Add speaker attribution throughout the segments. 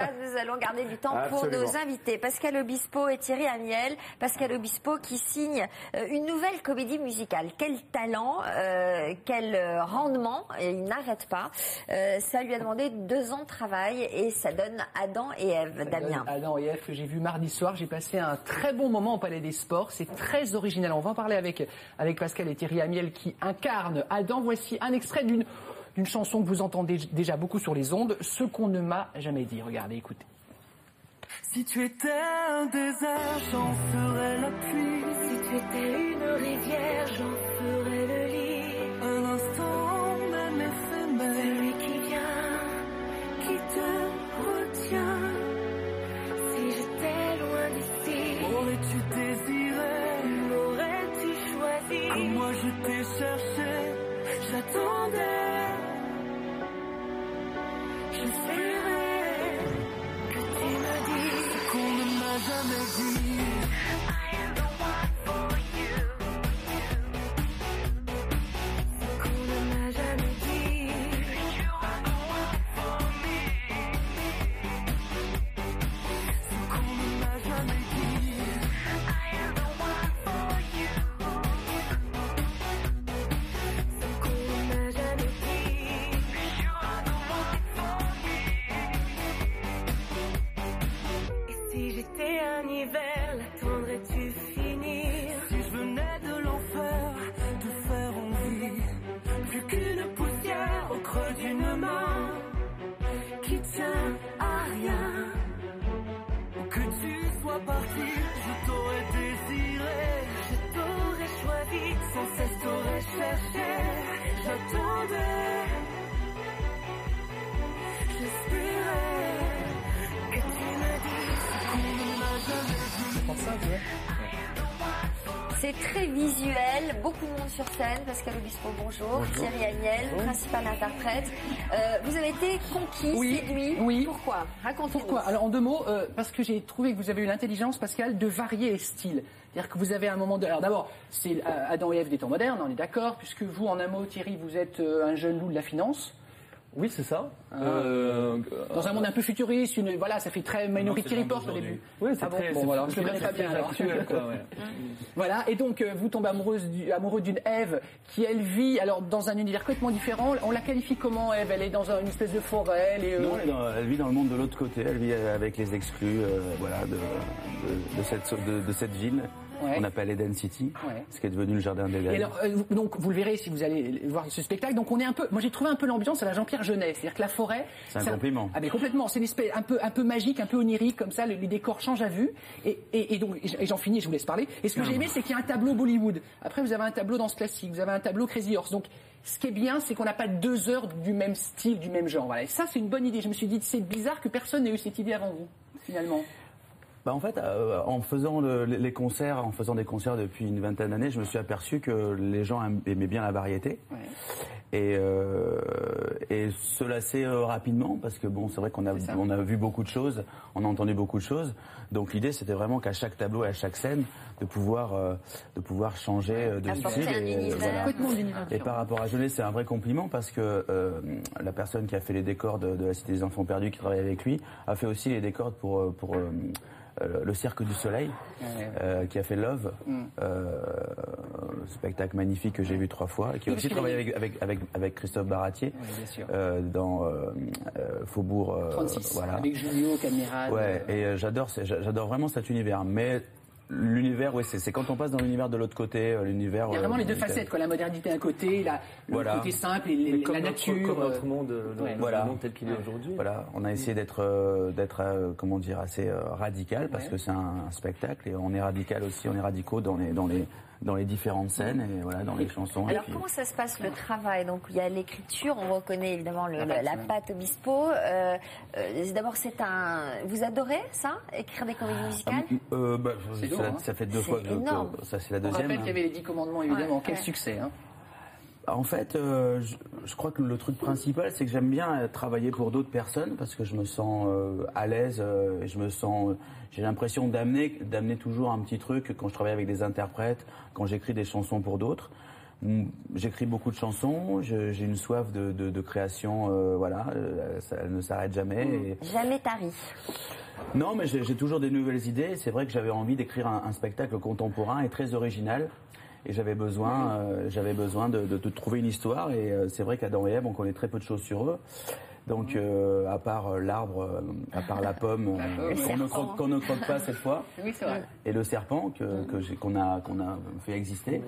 Speaker 1: Là, Ah, Nous allons garder du temps pour
Speaker 2: Absolument.
Speaker 1: nos invités, Pascal Obispo et Thierry Amiel. Pascal Obispo qui signe euh, une nouvelle comédie musicale. Quel talent, euh, quel euh, rendement, et il n'arrête pas. Euh, ça lui a demandé deux ans de travail et ça donne Adam et Ève, Damien.
Speaker 3: Adam et Ah F que j'ai vu mardi soir. J'ai passé un très bon moment au Palais des Sports. C'est très original. On va en parler avec, avec Pascal et Thierry Amiel qui incarnent Adam. Voici un extrait d'une d'une chanson que vous entendez déjà beaucoup sur les ondes. Ce qu'on ne m'a jamais dit. Regardez, écoutez.
Speaker 4: Si tu étais un désert, j'en ferais la pluie. Si tu étais une rivière, j'en ferais le lit. Un instant même éphémère. Celui qui vient, qui te retient. Si j'étais loin d'ici, aurais-tu désiré? M'aurais-tu choisi? Ah, moi je t'ai cherché, j'attendais. Je serai que tu me dis ce qu'on ne m'a jamais dit. Ce qu'on ne m'a jamais dit. Ce qu'on ne m'a jamais dit. Ce qu'on ne m'a jamais dit. Et si j'étais un hiver, l'attendrais-tu finir Si je venais de l'enfer, de faire envie, plus qu'une poussière au creux d'une main qui tient à rien. Que tu sois parti, je t'aurais désiré, je t'aurais choisi, sans cesse t'aurais cherché, j'attendais. J'espérais que tu me dises qu'on ne m'a jamais dit.
Speaker 3: Pour ça, tu vois.
Speaker 1: C'est très visuel, beaucoup de monde sur scène. Pascal Obispo, bonjour. Thierry Amiel, principal interprète. Euh, vous avez été conquis,
Speaker 3: Oui,
Speaker 1: séduit.
Speaker 3: oui.
Speaker 1: Pourquoi Racontez-nous.
Speaker 3: Pourquoi Alors en deux mots, euh, parce que j'ai trouvé que vous avez eu l'intelligence, Pascal, de varier les styles. C'est-à-dire que vous avez un moment de... Alors d'abord, c'est euh, Adam et Ève des temps modernes, on est d'accord, puisque vous, en un mot, Thierry, vous êtes euh, un jeune loup de la finance.
Speaker 5: Oui, c'est ça. Euh,
Speaker 3: Dans un monde un peu futuriste, une, voilà, ça fait très Minority
Speaker 5: c'est
Speaker 3: Report au
Speaker 5: d'aujourd'hui.
Speaker 3: début.
Speaker 5: Oui, c'est
Speaker 3: Ah bon,
Speaker 5: très,
Speaker 3: bon,
Speaker 5: c'est-
Speaker 3: voilà,
Speaker 5: c'est
Speaker 3: je le connais
Speaker 5: très-
Speaker 3: pas bien
Speaker 5: très
Speaker 3: alors.
Speaker 5: actuel, quoi, ouais.
Speaker 3: Voilà, et donc euh, vous tombez amoureuse du- amoureux d'une Ève qui, elle, vit alors dans un univers complètement différent. On la qualifie comment, Ève Elle est dans un- une espèce de forêt, elle est, euh,
Speaker 6: Non, elle, est dans- elle vit dans le monde de l'autre côté, elle vit avec les exclus euh, voilà, de, de- de cette, de, de cette ville
Speaker 3: Ouais.
Speaker 6: qu'on appelle Eden City,
Speaker 3: Ouais.
Speaker 6: ce qui est devenu le jardin d'Eden.
Speaker 3: Et alors, euh, vous- donc, vous le verrez si vous allez voir ce spectacle. Donc, on est un peu. Moi, j'ai trouvé un peu l'ambiance à la Jean-Pierre Jeunet. C'est-à-dire que la forêt.
Speaker 6: C'est un compliment.
Speaker 3: Ah, mais complètement. C'est une espèce un peu, un peu magique, un peu onirique, comme ça. le- Les décors changent à vue. Et, et, et donc, et j'en finis, je vous laisse parler. Et ce que j'ai aimé, c'est qu'il y a un tableau Bollywood. Après, vous avez un tableau danse classique. Vous avez un tableau Crazy Horse. Donc, ce qui est bien, c'est qu'on n'a pas deux heures du même style, du même genre. Voilà. Et ça, c'est une bonne idée. Je me suis dit, c'est bizarre que personne n'ait eu cette idée avant vous, finalement.
Speaker 6: Bah, en fait, euh, en faisant le- les concerts, en faisant des concerts depuis une vingtaine d'années, je me suis aperçu que les gens aim- aimaient bien la variété.
Speaker 3: Ouais.
Speaker 6: et, euh, et se lasser euh, rapidement parce que bon c'est vrai qu'on a
Speaker 3: C'est ça.
Speaker 6: on a vu beaucoup de choses, on a entendu beaucoup de choses. Donc l'idée c'était vraiment qu'à chaque tableau et à chaque scène de pouvoir euh, de pouvoir changer euh, de
Speaker 1: Apporter
Speaker 6: style
Speaker 1: un
Speaker 6: et,
Speaker 1: univers.
Speaker 6: voilà.
Speaker 3: Complètement différent.
Speaker 6: Et par rapport à Jeunet, c'est un vrai compliment parce que euh, la personne qui a fait les décors de, de la Cité des Enfants Perdus, qui travaille avec lui, a fait aussi les décors pour euh, pour euh, euh, le Cirque du Soleil,
Speaker 3: Ouais. Mm.
Speaker 6: euh, qui a fait Love, euh, un spectacle magnifique que j'ai vu trois fois, et qui a
Speaker 3: Oui,
Speaker 6: aussi
Speaker 3: parce qu'il
Speaker 6: travaillé
Speaker 3: a
Speaker 6: avec, avec, avec, avec Christophe Baratier
Speaker 3: Oui, bien sûr.
Speaker 6: euh, dans euh, euh, Faubourg. euh,
Speaker 3: 36.
Speaker 6: voilà.
Speaker 3: Avec Julio, Caméra.
Speaker 6: Ouais, et euh, j'adore, c'est- j'a- j'adore vraiment cet univers. Mais l'univers, ouais, c'est c'est quand on passe dans l'univers de l'autre côté, euh, l'univers.
Speaker 3: Il y a
Speaker 6: euh,
Speaker 3: vraiment les deux
Speaker 6: tel-
Speaker 3: facettes, quoi. La modernité d'un côté, la, le
Speaker 6: Voilà.
Speaker 3: côté simple et les-
Speaker 5: Mais comme
Speaker 3: la
Speaker 5: notre-
Speaker 3: nature.
Speaker 5: Comme
Speaker 3: euh,
Speaker 5: notre monde, euh,
Speaker 3: ouais.
Speaker 5: le
Speaker 6: Voilà.
Speaker 5: monde tel qu'il est aujourd'hui.
Speaker 6: Voilà,
Speaker 3: Mm.
Speaker 6: on a essayé d'être, euh, d'être, euh, comment dire, assez euh, radical parce
Speaker 3: Ouais.
Speaker 6: que c'est un, un spectacle et on est radical aussi, on est radicaux dans les, dans les, dans les différentes scènes
Speaker 3: Mm.
Speaker 6: et voilà, dans les chansons. et
Speaker 1: Alors
Speaker 6: puis- euh,
Speaker 1: comment ça se passe le travail Donc il y a l'écriture, on reconnaît évidemment le- la, la patte Obispo. Euh, euh, D'abord c'est un, vous adorez ça, écrire des comédies musicales
Speaker 6: Euh, bah,
Speaker 3: C'est
Speaker 6: ça,
Speaker 3: lourd, hein.
Speaker 6: ça fait deux
Speaker 1: C'est
Speaker 6: fois que,
Speaker 1: énorme.
Speaker 6: que- ça c'est la
Speaker 3: On
Speaker 6: deuxième.
Speaker 3: rappelle qu'il y avait les 10 commandements, évidemment.
Speaker 1: Ouais,
Speaker 3: Quel
Speaker 1: ouais.
Speaker 3: succès, hein.
Speaker 6: En fait, euh, je, je crois que le truc principal, c'est que j'aime bien euh, travailler pour d'autres personnes parce que je me sens euh, à l'aise. euh, et je me sens, j'ai l'impression d'amener, d'amener toujours un petit truc quand je travaille avec des interprètes, quand j'écris des chansons pour d'autres. mm, j'écris beaucoup de chansons, je- j'ai une soif de, de- de création, euh, voilà, euh, ça elle ne s'arrête jamais. et-
Speaker 1: Jamais tari.
Speaker 6: non, mais j'ai j'ai toujours des nouvelles idées. C'est vrai que j'avais envie d'écrire un, un spectacle contemporain et très original. Et j'avais besoin, euh, j'avais besoin de, de- de trouver une histoire. Et euh, c'est vrai qu'à Dans et Ève, on connaît très peu de choses sur eux. Donc, euh, à part euh, l'arbre, euh, à part la pomme, euh,
Speaker 1: Le
Speaker 6: qu'on
Speaker 1: serpent.
Speaker 6: ne, croque- qu'on ne croque pas cette fois,
Speaker 3: Oui, c'est vrai.
Speaker 6: et le serpent que- que j'ai- qu'on a, qu'on a fait exister,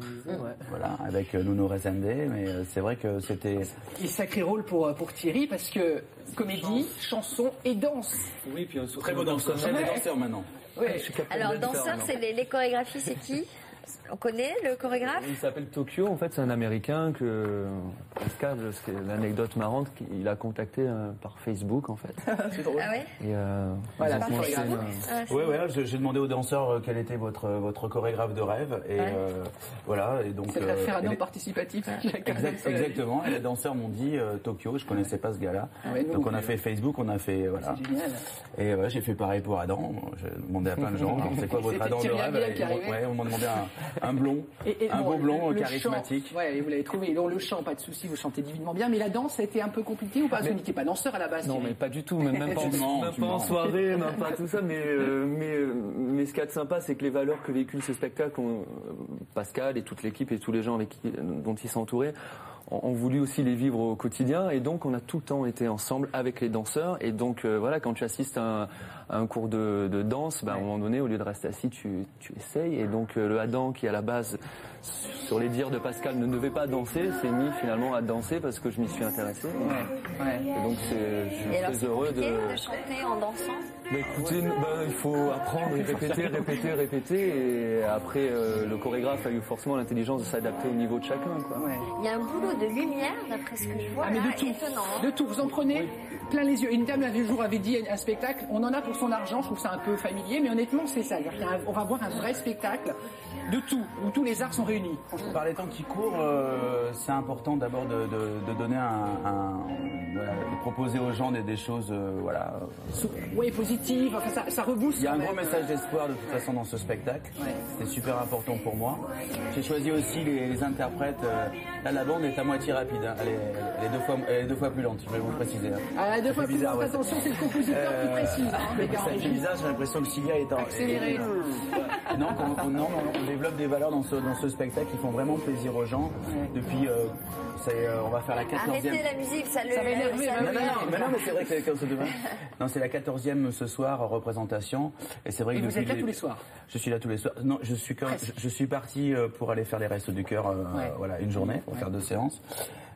Speaker 6: voilà, avec euh, Nuno Rezende. Mais euh, c'est vrai que c'était.
Speaker 3: Et sacré rôle pour, euh, pour Thierry parce que comédie, chanson et danse. Ah,
Speaker 5: Oui, puis un
Speaker 6: Très beau danseur, chef des danseurs maintenant.
Speaker 3: Ouais.
Speaker 1: Alors, danseur, c'est les, les chorégraphies, c'est qui On connaît le chorégraphe
Speaker 5: Il s'appelle Tokyo, en fait, c'est un Américain que Oscar, c'est l'anecdote marrante, qu'il a contacté euh, par Facebook, en fait.
Speaker 1: Ah ouais
Speaker 5: Et, euh,
Speaker 3: Voilà,
Speaker 5: ils ont
Speaker 3: par
Speaker 5: commencé,
Speaker 3: Facebook.
Speaker 5: euh,
Speaker 1: Ah, c'est-
Speaker 6: Oui, voilà, je- j'ai demandé aux danseurs euh, quel était votre, votre chorégraphe de rêve. Et
Speaker 1: Ouais.
Speaker 6: euh, voilà, et donc.
Speaker 3: C'est
Speaker 6: euh, et
Speaker 3: référendum
Speaker 6: les-
Speaker 3: participatif.
Speaker 6: Exact- exactement, et les danseurs m'ont dit euh, Tokyo, je connaissais pas ce gars-là.
Speaker 3: Ah Ouais,
Speaker 6: donc
Speaker 3: nous, Ah,
Speaker 6: on a fait Facebook, on a fait. Voilà.
Speaker 3: C'est génial.
Speaker 6: Et ouais, j'ai fait pareil pour Adam. Je demandais à plein de gens, alors, c'est quoi votre
Speaker 3: C'était
Speaker 6: Adam de
Speaker 3: Thierry
Speaker 6: rêve
Speaker 3: Amiel qui
Speaker 6: Et on-
Speaker 3: arrivait.
Speaker 6: ouais, on m'a demandé un, un blond,
Speaker 3: Et- et
Speaker 6: un
Speaker 3: bon,
Speaker 6: beau blond euh,
Speaker 3: le- le
Speaker 6: charismatique.
Speaker 3: chant, ouais, et vous l'avez trouvé. Donc, le chant, pas de souci, vous chantez divinement bien. Mais la danse, ça a été un peu compliqué ou pas Parce que vous n'étiez pas danseur à la base.
Speaker 5: Non,
Speaker 3: Thierry.
Speaker 5: mais pas du tout, même, même pas, en,
Speaker 6: Tu mens,
Speaker 5: même
Speaker 6: tu
Speaker 5: pas en
Speaker 6: mens.
Speaker 5: soirée, même pas tout ça. Mais, euh, mais, euh, mais ce qu'il y a de sympa, c'est que les valeurs que véhicule ce spectacle, on- euh, Pascal et toute l'équipe et tous les gens avec qui- dont il s'est entouré, ont ont voulu aussi les vivre au quotidien et donc on a tout le temps été ensemble avec les danseurs et donc euh, voilà quand tu assistes à un, à un cours de, de danse ben, à un moment donné au lieu de rester assis tu, tu essayes et donc euh, le Adam qui à la base sur les dires de Pascal ne devait pas danser s'est mis finalement à danser parce que je m'y suis intéressé
Speaker 3: Ouais.
Speaker 5: et donc c'est- je
Speaker 1: Et alors,
Speaker 5: suis
Speaker 1: c'est
Speaker 5: heureux
Speaker 1: compliqué
Speaker 5: de...
Speaker 1: de... chanter en dansant
Speaker 5: Mais écoutez, ben, il faut apprendre, répéter, répéter, répéter. Et après, euh, le chorégraphe a eu forcément l'intelligence de s'adapter au niveau de chacun. Quoi.
Speaker 3: Ouais.
Speaker 1: Il y a un boulot de lumière, d'après ce que je vois,
Speaker 3: Ah, mais
Speaker 1: là,
Speaker 3: de tout.
Speaker 1: étonnant. hein.
Speaker 3: De tout, vous en prenez plein les yeux. Une dame l'avait jour avait dit à un spectacle, on en a pour son argent, je trouve ça un peu familier, mais honnêtement c'est ça. Il y a un- on va voir un vrai spectacle de tout, où tous les arts sont réunis.
Speaker 6: Par les temps qui courent, euh, c'est important d'abord de, de- de donner un, un- voilà, de proposer aux gens des, des choses, euh, voilà,
Speaker 3: Oui, positive, enfin, ça, ça rebooste.
Speaker 6: Il y a
Speaker 3: quand
Speaker 6: un
Speaker 3: même.
Speaker 6: gros message d'espoir de toute façon dans ce spectacle.
Speaker 3: Ouais.
Speaker 6: C'est super important pour moi. J'ai choisi aussi les, les interprètes. euh, Là, la bande est à moitié rapide. hein. Elle, est, elle est deux fois, elle est deux fois plus lente, je vais vous le préciser. hein.
Speaker 3: Ah, deux
Speaker 6: Ça
Speaker 3: fois
Speaker 6: fait
Speaker 3: plus
Speaker 6: bizarre,
Speaker 3: forte,
Speaker 6: ouais.
Speaker 3: attention, c'est le compositeur qui
Speaker 6: Euh,
Speaker 3: précise. hein, les gars,
Speaker 6: ça
Speaker 3: en
Speaker 6: fait
Speaker 3: régie.
Speaker 6: bizarre, j'ai l'impression que Sylvia est en...
Speaker 3: Accéléré. hein.
Speaker 6: est- est- Non, qu'on- qu'on- non, on, développe des valeurs dans ce, dans ce spectacle qui font vraiment plaisir aux gens. Depuis, euh, c'est, euh, on va faire la 14e...
Speaker 1: Arrêtez la musique, ça le.
Speaker 3: Ça va énerver,
Speaker 1: ça le-
Speaker 3: bah
Speaker 6: Non, non, non, mais non, mais c'est vrai que c'est comme ça demain. Non, c'est la 14e ce soir, euh, représentation. Et c'est vrai
Speaker 3: Et
Speaker 6: que
Speaker 3: vous
Speaker 6: depuis
Speaker 3: êtes là
Speaker 6: le-
Speaker 3: tous les soirs
Speaker 6: Je suis là tous les soirs. Non, je suis, quand, je, je suis parti euh, pour aller faire les restes du cœur, euh,
Speaker 3: Ouais.
Speaker 6: voilà, une journée, pour faire deux séances.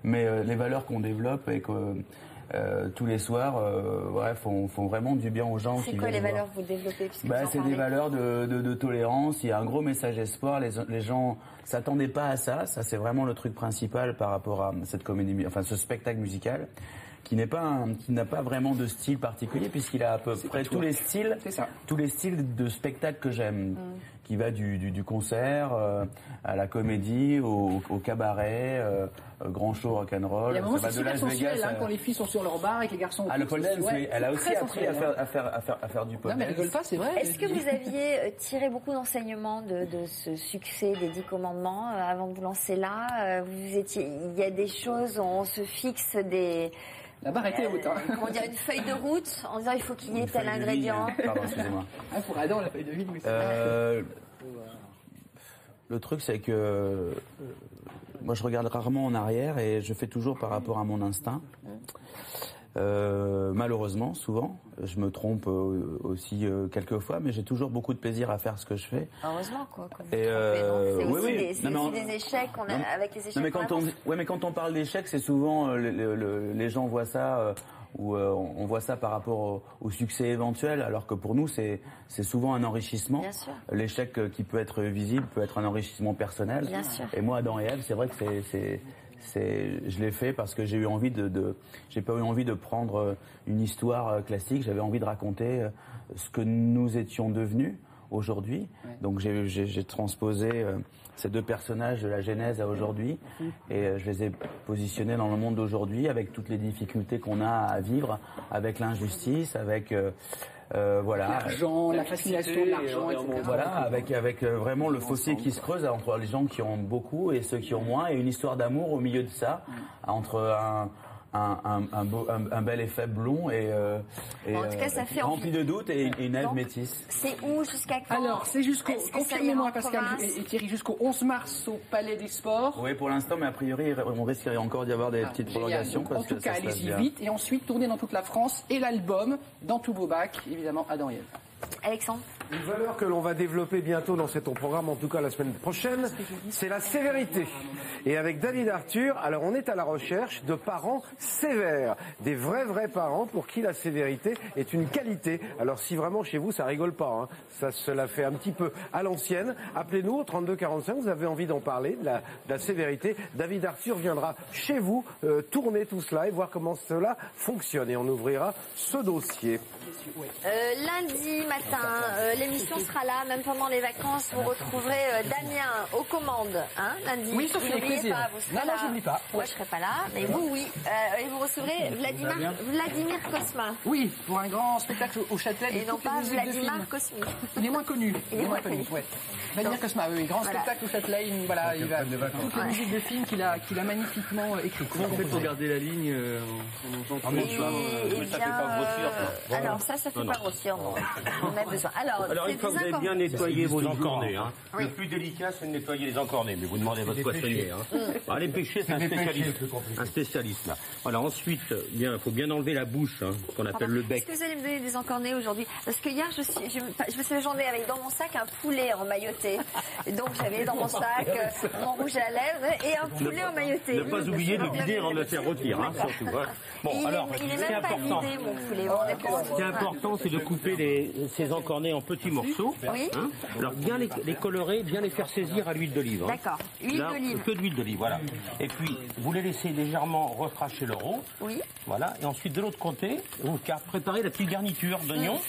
Speaker 6: Mais euh, les valeurs qu'on développe et que euh, tous les soirs, euh, ouais, font, font vraiment du bien aux gens.
Speaker 1: C'est
Speaker 6: qui
Speaker 1: quoi les
Speaker 6: viennent nous voir.
Speaker 1: valeurs que vous développez puisque
Speaker 6: Bah,
Speaker 1: vous en
Speaker 6: c'est
Speaker 1: parlez
Speaker 6: des valeurs de, de- de tolérance. Il y a un gros message d'espoir. Les, les gens s'attendaient pas à ça. Ça, c'est vraiment le truc principal par rapport à cette comédie, mu- enfin ce spectacle musical, qui n'est pas, un- qui n'a pas vraiment de style particulier puisqu'il a à peu près tous les styles,
Speaker 3: C'est ça. Mm.
Speaker 6: tous les styles de spectacle que j'aime, qui va du, du, du concert euh, à la comédie, au, au cabaret, euh, euh, grand show rock'n'roll.
Speaker 3: Il y a un moment,
Speaker 6: Ça va
Speaker 3: c'est
Speaker 6: de
Speaker 3: super
Speaker 6: Las
Speaker 3: sensuel
Speaker 6: Vegas
Speaker 3: hein,
Speaker 6: à-
Speaker 3: quand les filles sont sur leur bar et que les garçons.
Speaker 6: à le pole dance,
Speaker 3: Ouais,
Speaker 6: mais elle a
Speaker 3: c'est
Speaker 6: aussi
Speaker 3: très
Speaker 6: appris à
Speaker 3: sensuel,
Speaker 6: faire,
Speaker 3: hein.
Speaker 6: à faire, à faire, à faire du pole
Speaker 3: Non, mais elle
Speaker 6: dance.
Speaker 3: rigole pas, c'est vrai.
Speaker 1: Est-ce que vous aviez euh, tiré beaucoup d'enseignements de, de ce succès des dix commandements euh, avant de vous lancer là euh, Vous étiez, il y a des choses, on se fixe des,
Speaker 3: La barre était haute. hein.
Speaker 1: comment dire, une feuille de route en disant il faut qu'il y ait
Speaker 6: Une feuille
Speaker 1: tel
Speaker 6: de vie,
Speaker 1: ingrédient.
Speaker 6: hein. Pardon, excusez-moi.
Speaker 3: Ah, pour Adam, la feuille de vie, oui. c'est-
Speaker 6: Euh, le truc, c'est que euh, moi, je regarde rarement en arrière et je fais toujours par rapport à mon instinct. Euh, malheureusement, souvent, je me trompe euh, aussi euh, quelques fois, mais j'ai toujours beaucoup de plaisir à faire ce que je fais.
Speaker 1: Heureusement quoi. quand vous
Speaker 6: Et,
Speaker 1: vous trompez, non
Speaker 6: euh,
Speaker 1: C'est
Speaker 6: oui,
Speaker 1: aussi,
Speaker 6: oui.
Speaker 1: Des, c'est
Speaker 6: Non, mais
Speaker 1: aussi
Speaker 6: on-
Speaker 1: des échecs qu'on a
Speaker 6: Non,
Speaker 1: avec les échecs.
Speaker 6: Non, mais
Speaker 1: qu'on
Speaker 6: quand on,
Speaker 1: avance.
Speaker 6: ouais, mais quand on parle d'échec, c'est souvent euh, le- le- le- les gens voient ça euh, ou euh, on on voit ça par rapport au, au succès éventuel, alors que pour nous, c'est c'est souvent un enrichissement.
Speaker 1: Bien sûr.
Speaker 6: L'échec euh, qui peut être visible peut être un enrichissement personnel.
Speaker 1: Bien sûr.
Speaker 6: Et moi, dans Réel, c'est vrai que c'est- c'est c'est je l'ai fait parce que j'ai eu envie de, de- j'ai pas eu envie de prendre euh, une histoire euh, classique. J'avais envie de raconter euh, ce que nous étions devenus aujourd'hui. Donc j'ai- j'ai j'ai transposé euh, ces deux personnages de la Genèse à aujourd'hui et euh, je les ai positionnés dans le monde d'aujourd'hui avec toutes les difficultés qu'on a à vivre, avec l'injustice, avec euh, euh, voilà.
Speaker 3: L'argent, la fascination de l'argent,
Speaker 5: et en-
Speaker 3: etc.
Speaker 6: Voilà, avec, avec euh, vraiment le fossé qui se creuse entre les gens qui ont beaucoup et ceux qui ont moins, et une histoire d'amour au milieu de ça, entre un, un, un, un beau- un- un bel et faible blond et, euh, et,
Speaker 1: En tout cas, ça
Speaker 6: euh,
Speaker 1: fait
Speaker 6: rempli
Speaker 1: envie.
Speaker 6: de doutes et, et une
Speaker 1: Donc,
Speaker 6: elfe métisse.
Speaker 1: C'est où jusqu'à quand
Speaker 3: Alors, c'est jusqu'au.
Speaker 1: Est-ce que ça ira en
Speaker 3: Confirmez-moi, Pascal
Speaker 1: province
Speaker 3: et, et Thierry, jusqu'au 11 mars au Palais des Sports.
Speaker 6: Oui, pour l'instant, mais a priori, on risquerait encore d'y avoir des
Speaker 3: Ah,
Speaker 6: petites
Speaker 3: génial.
Speaker 6: prolongations.
Speaker 3: Donc,
Speaker 6: parce
Speaker 3: en tout
Speaker 6: que
Speaker 3: cas,
Speaker 6: ça se passe
Speaker 3: allez-y
Speaker 6: bien.
Speaker 3: vite et ensuite tournez dans toute la France et l'album dans tout beau bac, évidemment, à Daniel.
Speaker 1: Alexandre
Speaker 2: Une valeur que l'on va développer bientôt dans cet programme, en tout cas la semaine prochaine, c'est la sévérité. Et avec David Arthur, alors on est à la recherche de parents sévères, des vrais vrais parents pour qui la sévérité est une qualité. Alors si vraiment chez vous ça rigole pas, hein, ça se la fait un petit peu à l'ancienne, appelez-nous au 32 45, vous avez envie d'en parler, de la, de la sévérité. David Arthur viendra chez vous euh, tourner tout cela et voir comment cela fonctionne. Et on ouvrira ce dossier.
Speaker 1: Euh, lundi matin, euh, l'émission sera là, même pendant les vacances, vous retrouverez euh, Damien aux commandes, hein, lundi.
Speaker 3: Oui, sauf
Speaker 1: Vous
Speaker 3: avec
Speaker 1: n'oubliez
Speaker 3: plaisir.
Speaker 1: pas, vous serez
Speaker 3: Non, non,
Speaker 1: là.
Speaker 3: j'oublie pas.
Speaker 1: Moi, je serai pas là, mais vous, oui. Euh, et vous recevrez Vladimir, Vladimir Cosma,
Speaker 3: Oui, pour un grand spectacle au- au Châtelet.
Speaker 1: et
Speaker 3: de
Speaker 1: non
Speaker 3: toutes les
Speaker 1: pas
Speaker 3: musiques de films.
Speaker 1: Vladimir Cosmi.
Speaker 3: Il est moins connu.
Speaker 1: Il est moins connu.
Speaker 3: ouais. Vladimir
Speaker 1: Donc,
Speaker 3: Cosma, oui, grand
Speaker 1: voilà.
Speaker 3: spectacle au Châtelet. il- Voilà, il va. Toutes les
Speaker 1: Ouais.
Speaker 3: musiques de films qu'il a, qu'il a magnifiquement euh, écrites.
Speaker 5: Comment on fait pour garder la ligne euh, en- en entendant
Speaker 1: Et, eh bien, euh, alors ça, ça fait pas grossir, non. On a besoin. Alors,
Speaker 7: Alors
Speaker 1: c'est
Speaker 7: une fois que vous avez
Speaker 1: encore-
Speaker 7: bien nettoyé vos encornés, hein.
Speaker 1: Oui.
Speaker 7: le plus délicat c'est de nettoyer les encornés, mais vous demandez à votre poissonnier. Hein. Bon, les pêcher, c'est un spécialiste. Un spécialiste là. Voilà, ensuite, euh, bien, faut bien enlever la bouche, hein, ce qu'on appelle
Speaker 1: Pardon.
Speaker 7: le bec.
Speaker 1: Est-ce que vous allez me donner des encornés aujourd'hui Parce que hier, je, suis, je, me- je me suis journée avec dans mon sac un poulet emmailloté. Et donc, j'avais dans mon sac euh, mon rouge à lèvres et un poulet emmailloté.
Speaker 7: Ne pas
Speaker 1: Oui,
Speaker 7: oublier de
Speaker 1: parce que
Speaker 7: vider
Speaker 1: non,
Speaker 7: avant de le faire rôtir, hein, surtout. hein.
Speaker 1: Et
Speaker 7: Bon,
Speaker 1: il est-
Speaker 7: alors,
Speaker 1: il
Speaker 7: ce
Speaker 1: est
Speaker 7: qui est
Speaker 1: même pas
Speaker 7: important,
Speaker 1: vidé, mon poulet. Vous avez pas-
Speaker 7: ce qui est important, c'est de couper les, ces encornés en petits morceaux.
Speaker 1: Oui.
Speaker 7: hein. Alors bien les, les colorer, bien les faire saisir à l'huile d'olive. hein.
Speaker 1: D'accord. Huile
Speaker 7: Là,
Speaker 1: d'olive.
Speaker 7: Que d'huile d'olive, voilà. Et puis, vous les laissez légèrement refracher leur eau.
Speaker 1: Oui.
Speaker 7: Voilà, et ensuite de l'autre côté, vous car- préparez la petite garniture d'oignons.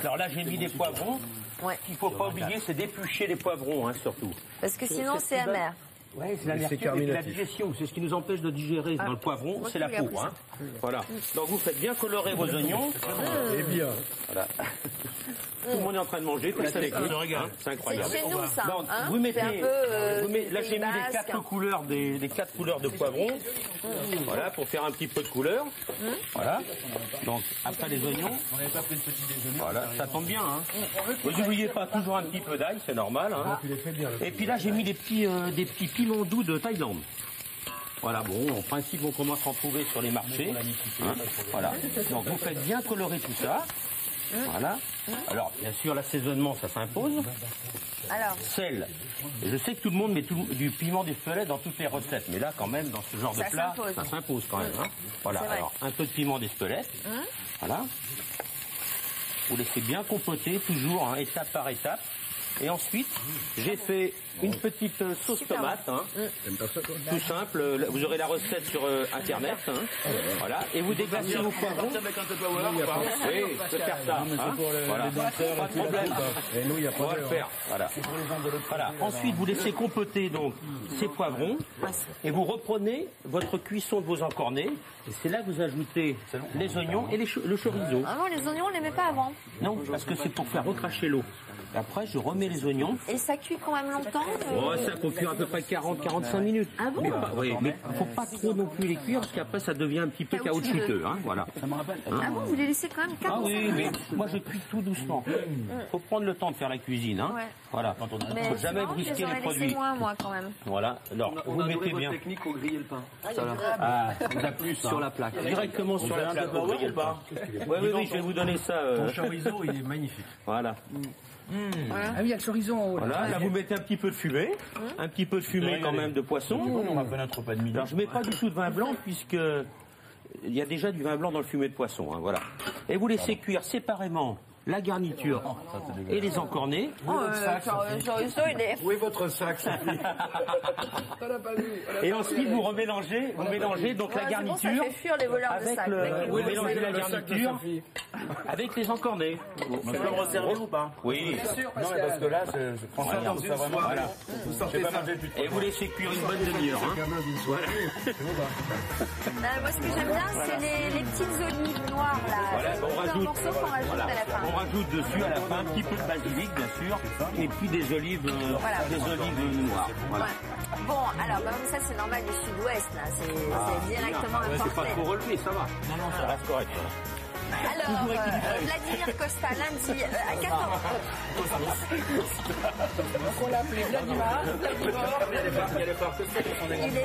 Speaker 7: Alors là, j'ai mis des poivrons.
Speaker 1: Ouais.
Speaker 7: Ce qu'il faut pas oublier, c'est d'éplucher les poivrons, hein, surtout.
Speaker 1: Parce que sinon, c'est amer.
Speaker 7: Oui, c'est Ah. l'amertume et puis la digestion. C'est ce qui nous empêche de digérer dans le poivron,
Speaker 1: moi,
Speaker 7: c'est
Speaker 1: je
Speaker 7: la
Speaker 1: l'ai
Speaker 7: peau.
Speaker 1: appris, ça.
Speaker 7: hein. Voilà. Donc vous faites bien colorer vos oignons.
Speaker 2: Eh bien.
Speaker 7: Tout le monde est en train de manger, comme ça les couilles. Hein, C'est
Speaker 1: C'est
Speaker 7: incroyable.
Speaker 1: chez nous, ça.
Speaker 7: Bon,
Speaker 1: hein
Speaker 7: vous mettez,
Speaker 1: C'est un peu, euh,
Speaker 7: vous mettez- là
Speaker 1: Pays
Speaker 7: j'ai mis les
Speaker 1: basque.
Speaker 7: quatre couleurs des les quatre couleurs de poivron, voilà pour faire un petit peu de couleur,
Speaker 1: Hum.
Speaker 7: voilà. Donc après les oignons, voilà, ça tombe bien. Hein. Vous n'oubliez pas toujours un petit peu d'ail, c'est normal. hein. Et puis là j'ai mis des petits euh, des petits piments doux de Thaïlande. Voilà, bon, en principe, on commence à en trouver sur les marchés. hein, voilà. Donc, vous faites bien colorer tout ça. Voilà. Alors, bien sûr, l'assaisonnement, ça s'impose
Speaker 1: Alors,
Speaker 7: sel. Je sais que tout le monde met tout- du piment des feuillets dans toutes les recettes, mais là, quand même, dans ce genre
Speaker 1: Ça
Speaker 7: de plat,
Speaker 1: s'impose.
Speaker 7: ça s'impose quand même. hein. Voilà,
Speaker 1: C'est vrai. Hein
Speaker 7: alors un peu de piment des feuillets. Voilà. Vous laissez bien compoter, toujours, hein, étape par étape. Et ensuite, j'ai fait une petite euh, sauce
Speaker 1: Super
Speaker 7: tomate, hein. tout simple. euh, Vous aurez la recette sur euh, internet, hein. voilà. Et vous déglacez vos poivrons. Oui, je peux faire ça. hein. Voilà. Pas de problème. On va le faire. Voilà. Voilà. Ensuite, vous laissez compoter donc ces poivrons et vous reprenez votre cuisson de vos encornés. Et c'est là que vous ajoutez les oignons et les cho- le chorizo.
Speaker 1: vraiment, les oignons, on les met pas avant.
Speaker 7: Non, parce que c'est pour faire recracher l'eau. Et Après, je remets les oignons.
Speaker 1: Et ça cuit quand même longtemps. euh,
Speaker 7: Oh, ça qu'on cuit à peu près 40-45 minutes. Ah bon mais pas, oui, mais faut pas trop non plus les cuire parce qu'après ça devient un petit peu
Speaker 1: Caoutchouteux.
Speaker 7: caoutchouteux. Hein, voilà.
Speaker 1: Ah bon, vous les laissez quand même 45
Speaker 7: Ah oui, mais moi je cuis tout doucement. Faut prendre le temps de faire la cuisine. Hein.
Speaker 1: Ouais.
Speaker 7: Voilà. Quand on
Speaker 1: Mais
Speaker 7: faut jamais
Speaker 1: sinon, je
Speaker 7: brusquer les
Speaker 1: aurais laissé
Speaker 7: produits.
Speaker 1: moins, moi, quand même.
Speaker 7: Voilà. Alors, vous mettez bien.
Speaker 5: technique pour griller le pain.
Speaker 7: Ah, on a plus
Speaker 5: Sur la plaque.
Speaker 7: Directement sur la plaque. Vous voyez le pas Oui, oui, oui, je vais vous donner ça. euh,
Speaker 5: chorizo, il est magnifique.
Speaker 7: Voilà.
Speaker 3: Ah oui, il y a le chorizo en haut. là. Ah,
Speaker 7: Voilà, là vous mettez un petit peu de fumée,
Speaker 1: Mmh.
Speaker 7: un petit peu de fumée quand même de poisson.
Speaker 6: On va pas notre pas de midi.
Speaker 7: Alors je mets pas du tout de vin blanc puisque il y a déjà du vin blanc dans le fumet de poisson. hein, voilà. Et vous laissez cuire séparément la garniture et les encornés.
Speaker 1: euh,
Speaker 2: Où est votre sac, Sophie
Speaker 7: Et ensuite, vous remélangez, vous mélangez donc la garniture
Speaker 1: Ah fait fuir les voleurs de
Speaker 7: avec
Speaker 1: sac.
Speaker 7: le, vous mélangez la
Speaker 8: le sac de
Speaker 7: garniture avec les encornés.
Speaker 8: Tu peux me resservir ou pas
Speaker 7: Oui.
Speaker 8: Non, mais parce que là, je, je prends ça comme ça vraiment. Voilà.
Speaker 2: Vous
Speaker 8: J'ai
Speaker 2: sortez
Speaker 8: pas
Speaker 2: ça.
Speaker 8: mangé depuis trois
Speaker 7: Et vous laissez cuire une bonne demi-heure. hein.
Speaker 2: Gamin d'une soirée.
Speaker 1: Euh, moi, ce que j'aime bien, c'est les, les petites olives noires là.
Speaker 7: Voilà,
Speaker 1: Les
Speaker 7: on
Speaker 1: petits
Speaker 7: rajoute,
Speaker 1: morceaux qu'on rajoute
Speaker 7: voilà.
Speaker 1: à la fin.
Speaker 7: on rajoute dessus à la fin un petit peu de basilic, bien sûr, et puis des olives, euh,
Speaker 1: Voilà.
Speaker 7: des olives noires. Voilà.
Speaker 1: Ouais. Bon, alors, bah, ça, c'est normal du sud-ouest, là. C'est
Speaker 7: Ah,
Speaker 1: c'est directement importé.
Speaker 7: relevé, ça va. Non, non, ça reste correct.
Speaker 1: Alors, euh, Vladimir Costa, lundi,
Speaker 7: Ah,
Speaker 1: euh, à 14h.
Speaker 3: On l'a appelé Vladimir.
Speaker 1: Il est, il est- il est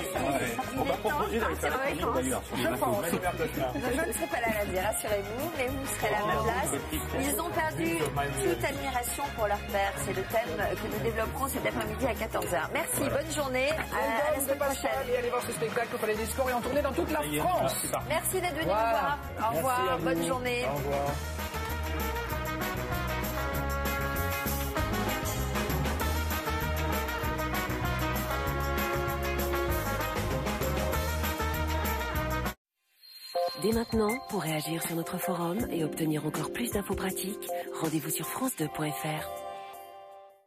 Speaker 1: temps de partir en vacances. Je pense. Je ne serai pas là lundi, rassurez-vous, mais vous serez là à
Speaker 7: Oh,
Speaker 1: ma place. Ils ont perdu toute admiration pour leur père. C'est le thème que nous développerons cet après-midi à 14h. Merci, bonne journée. À, à la semaine prochaine.
Speaker 3: Allez voir ce spectacle au Palais des Sports et en tournée dans toute la France.
Speaker 1: Merci d'être venu nous voir. Au revoir, bonne journée.
Speaker 9: Dès maintenant, pour réagir sur notre forum et obtenir encore plus d'infos pratiques, rendez-vous sur France2.fr.